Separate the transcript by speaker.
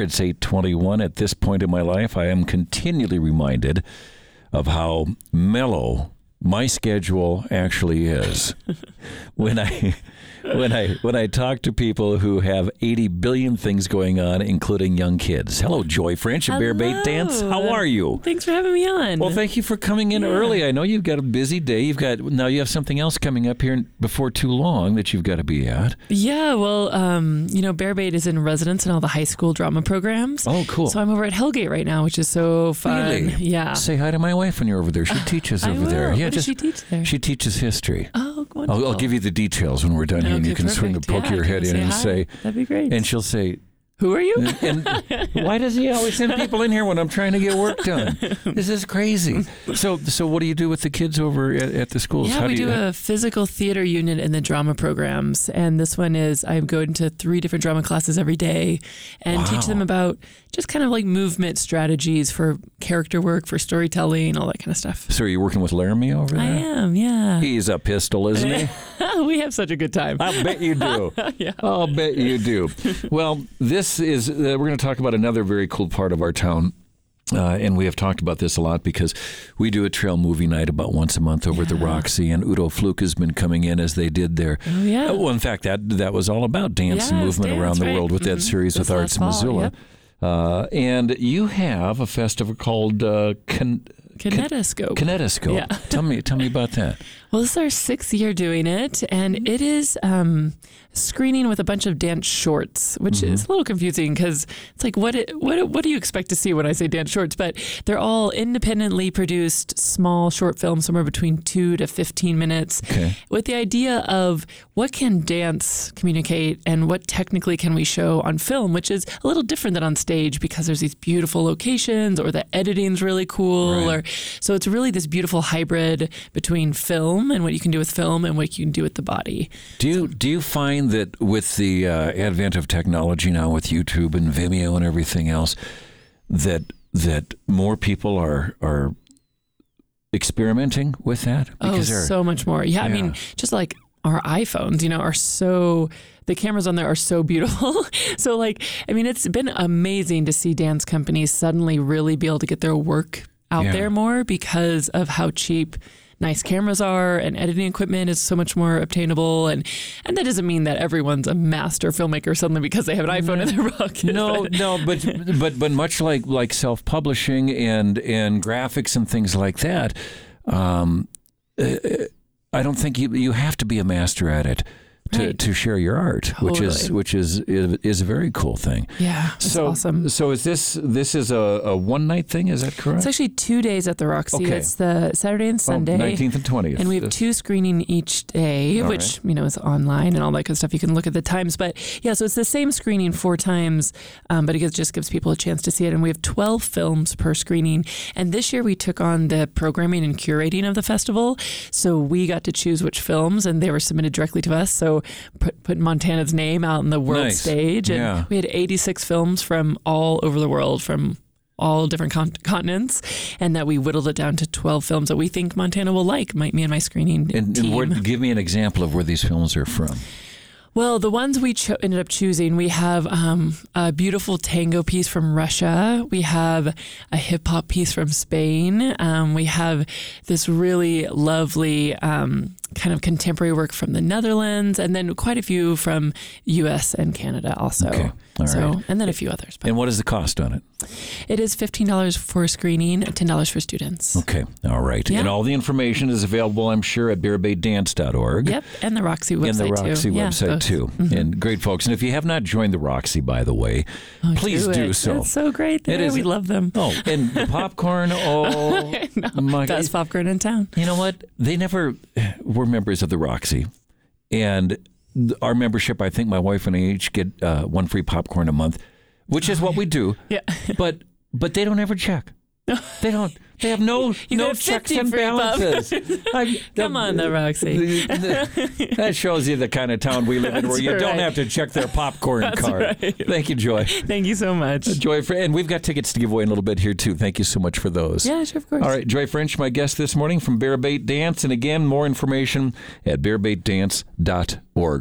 Speaker 1: It's 821. At this point in my life, I am continually reminded of how mellow my schedule actually is. when I when I when I talk to people who have 80 billion things going on, including young kids. Hello, Joy French at Bear Bait
Speaker 2: Hello.
Speaker 1: Dance. How are you?
Speaker 2: Thanks for having me on.
Speaker 1: Well, thank you for coming in early. I know you've got a busy day. You've got now you have something else coming up here before too long that you've got to be at.
Speaker 2: yeah, well, um, you know, Bear Bait is in residence in all the high school drama programs.
Speaker 1: Oh, cool.
Speaker 2: So I'm over at Hellgate right now, which is so fun.
Speaker 1: Really?
Speaker 2: Yeah.
Speaker 1: Say hi to my wife when you're over there. She teaches
Speaker 2: I
Speaker 1: over there.
Speaker 2: will.
Speaker 1: Yeah,
Speaker 2: What does
Speaker 1: just
Speaker 2: she teach there?
Speaker 1: she teaches history.
Speaker 2: oh, wonderful.
Speaker 1: I'll, I'll give you the details when we're done here, and you
Speaker 2: Okay,
Speaker 1: can swing a
Speaker 2: perfect.
Speaker 1: poke
Speaker 2: Yeah,
Speaker 1: your
Speaker 2: can
Speaker 1: head
Speaker 2: you
Speaker 1: in
Speaker 2: say
Speaker 1: and
Speaker 2: hi?
Speaker 1: say,
Speaker 2: That'd be great.
Speaker 1: and she'll say,
Speaker 2: Who are you?
Speaker 1: and, and why does he always send people in here when I'm trying to get work done? This is crazy. So, so what do you do with the kids over at, at the schools?
Speaker 2: Yeah, we
Speaker 1: do
Speaker 2: do,
Speaker 1: you,
Speaker 2: a physical theater unit in the drama programs, and this one is I go into three different drama classes every day and teach them
Speaker 1: Wow.
Speaker 2: about just kind of like movement strategies for character work, for storytelling, all that kind of stuff.
Speaker 1: so are you working with Laramie over there?
Speaker 2: I am, yeah.
Speaker 1: He's a pistol, isn't he?
Speaker 2: we have such a good time.
Speaker 1: I bet you do. I'll bet you do. Well, this is, uh, we're going to talk about another very cool part of our town. Uh, and we have talked about this a lot because we do a trail movie night about once a month over at the Roxy, and Udo Fluke has been coming in as they did their.
Speaker 2: Oh, yeah.
Speaker 1: Uh, well, in fact, that that was all about dance and
Speaker 2: Yes,
Speaker 1: movement
Speaker 2: dance,
Speaker 1: around the
Speaker 2: right.
Speaker 1: world with that
Speaker 2: Mhm.
Speaker 1: series
Speaker 2: This
Speaker 1: with Arts in
Speaker 2: last fall,
Speaker 1: Missoula.
Speaker 2: yep.
Speaker 1: Uh, and you have a festival called uh, Kin-
Speaker 2: Kinetoscope.
Speaker 1: Kinetoscope.
Speaker 2: Yeah.
Speaker 1: tell me, tell me about that.
Speaker 2: Well, this is our sixth year doing it, and it is um, screening with a bunch of dance shorts, which is a little confusing because it's like, what, it, what, what do you expect to see when I say dance shorts? But they're all independently produced small short films, somewhere between two to 15 minutes,
Speaker 1: Okay.
Speaker 2: with the idea of what can dance communicate and what technically can we show on film, which is a little different than on stage because there's these beautiful locations or the editing's really cool
Speaker 1: Right.
Speaker 2: or so it's really this beautiful hybrid between film and what you can do with film and what you can do with the body.
Speaker 1: Do you do you find that with the uh, advent of technology now, with YouTube and Vimeo and everything else, that that more people are are experimenting with that
Speaker 2: Oh,
Speaker 1: they're-
Speaker 2: so much more. Yeah, I
Speaker 1: Yeah.
Speaker 2: mean, just like our iPhones, you know, are so the cameras on there are so beautiful. so like, I mean, it's been amazing to see dance companies suddenly really be able to get their work out
Speaker 1: Yeah.
Speaker 2: there more because of how cheap nice cameras are and editing equipment is so much more obtainable and and that doesn't mean that everyone's a master filmmaker suddenly because they have an iPhone in their pocket.
Speaker 1: no, no, but but but much like like self publishing and and graphics and things like that, um, uh, I don't think you you have to be a master at it to,
Speaker 2: Right.
Speaker 1: to share your art, which is
Speaker 2: Totally.
Speaker 1: which is is, is a very cool thing.
Speaker 2: Yeah, it's
Speaker 1: so
Speaker 2: awesome.
Speaker 1: So is this this is a, a one night thing? Is that correct?
Speaker 2: It's actually two days at the Roxy.
Speaker 1: Okay.
Speaker 2: It's the Saturday and Sunday.
Speaker 1: nineteenth and twentieth. Uh,
Speaker 2: And we have two screening each day,
Speaker 1: All
Speaker 2: which you know is online and all that good stuff. You can look at the times, but yeah, so it's the same screening four times, um, but it gives, just gives people a chance to see it. And we have twelve films per screening. And this year we took on the programming and curating of the festival, so we got to choose which films, and they were submitted directly to us. So put put Montana's name out in the world
Speaker 1: Nice.
Speaker 2: stage, and
Speaker 1: Yeah.
Speaker 2: we had eighty six films from all over the world from. All different con- continents, and that we whittled it down to 12 films that we think Montana will like. Might me and my screening
Speaker 1: And, and
Speaker 2: team.
Speaker 1: where, give me an example of where these films are from.
Speaker 2: well, the ones we cho- ended up choosing, we have um, a beautiful tango piece from Russia. We have a hip hop piece from Spain. Um, we have this really lovely um, kind of contemporary work from the Netherlands, and then quite a few from U.S. and Canada also.
Speaker 1: Okay. All
Speaker 2: so,
Speaker 1: right.
Speaker 2: and then a few others. But
Speaker 1: And what is the cost on it?
Speaker 2: it is fifteen dollars for screening, ten dollars for students.
Speaker 1: Okay, all right.
Speaker 2: Yeah.
Speaker 1: And all the information is available, I'm sure, at bearbaydance.org.
Speaker 2: Yep, and the Roxy website
Speaker 1: And the
Speaker 2: too.
Speaker 1: Roxy
Speaker 2: Yeah,
Speaker 1: website
Speaker 2: both. Mm-hmm.
Speaker 1: too. And great folks. And if you have not joined the Roxy, by the way,
Speaker 2: Oh,
Speaker 1: please do,
Speaker 2: it.
Speaker 1: so.
Speaker 2: That's so great.
Speaker 1: It
Speaker 2: There.
Speaker 1: is-
Speaker 2: We love them.
Speaker 1: Oh, and the popcorn. Oh, my God.
Speaker 2: Best popcorn in town.
Speaker 1: You know what? They never were members of the Roxy, and th- our membership. I think my wife and I each get uh, one free popcorn a month, which is what we do.
Speaker 2: Yeah.
Speaker 1: But but they don't ever check. They don't. They have no
Speaker 2: You
Speaker 1: no
Speaker 2: got 50
Speaker 1: checks and
Speaker 2: free pop-
Speaker 1: balances. I-
Speaker 2: Come on, the Roxy.
Speaker 1: the- that shows you the kind of town we live in, where
Speaker 2: That's
Speaker 1: you don't
Speaker 2: right.
Speaker 1: have to check their popcorn card. Thank you, Joy.
Speaker 2: Thank you so much.
Speaker 1: Joy, Fr- and we've got tickets to give away in a little bit here too. Thank you so much for those.
Speaker 2: Yeah, sure, of course.
Speaker 1: All right, Joy French, my guest this morning from Bear Bait Dance. And again, more information at bearbaitdance.org.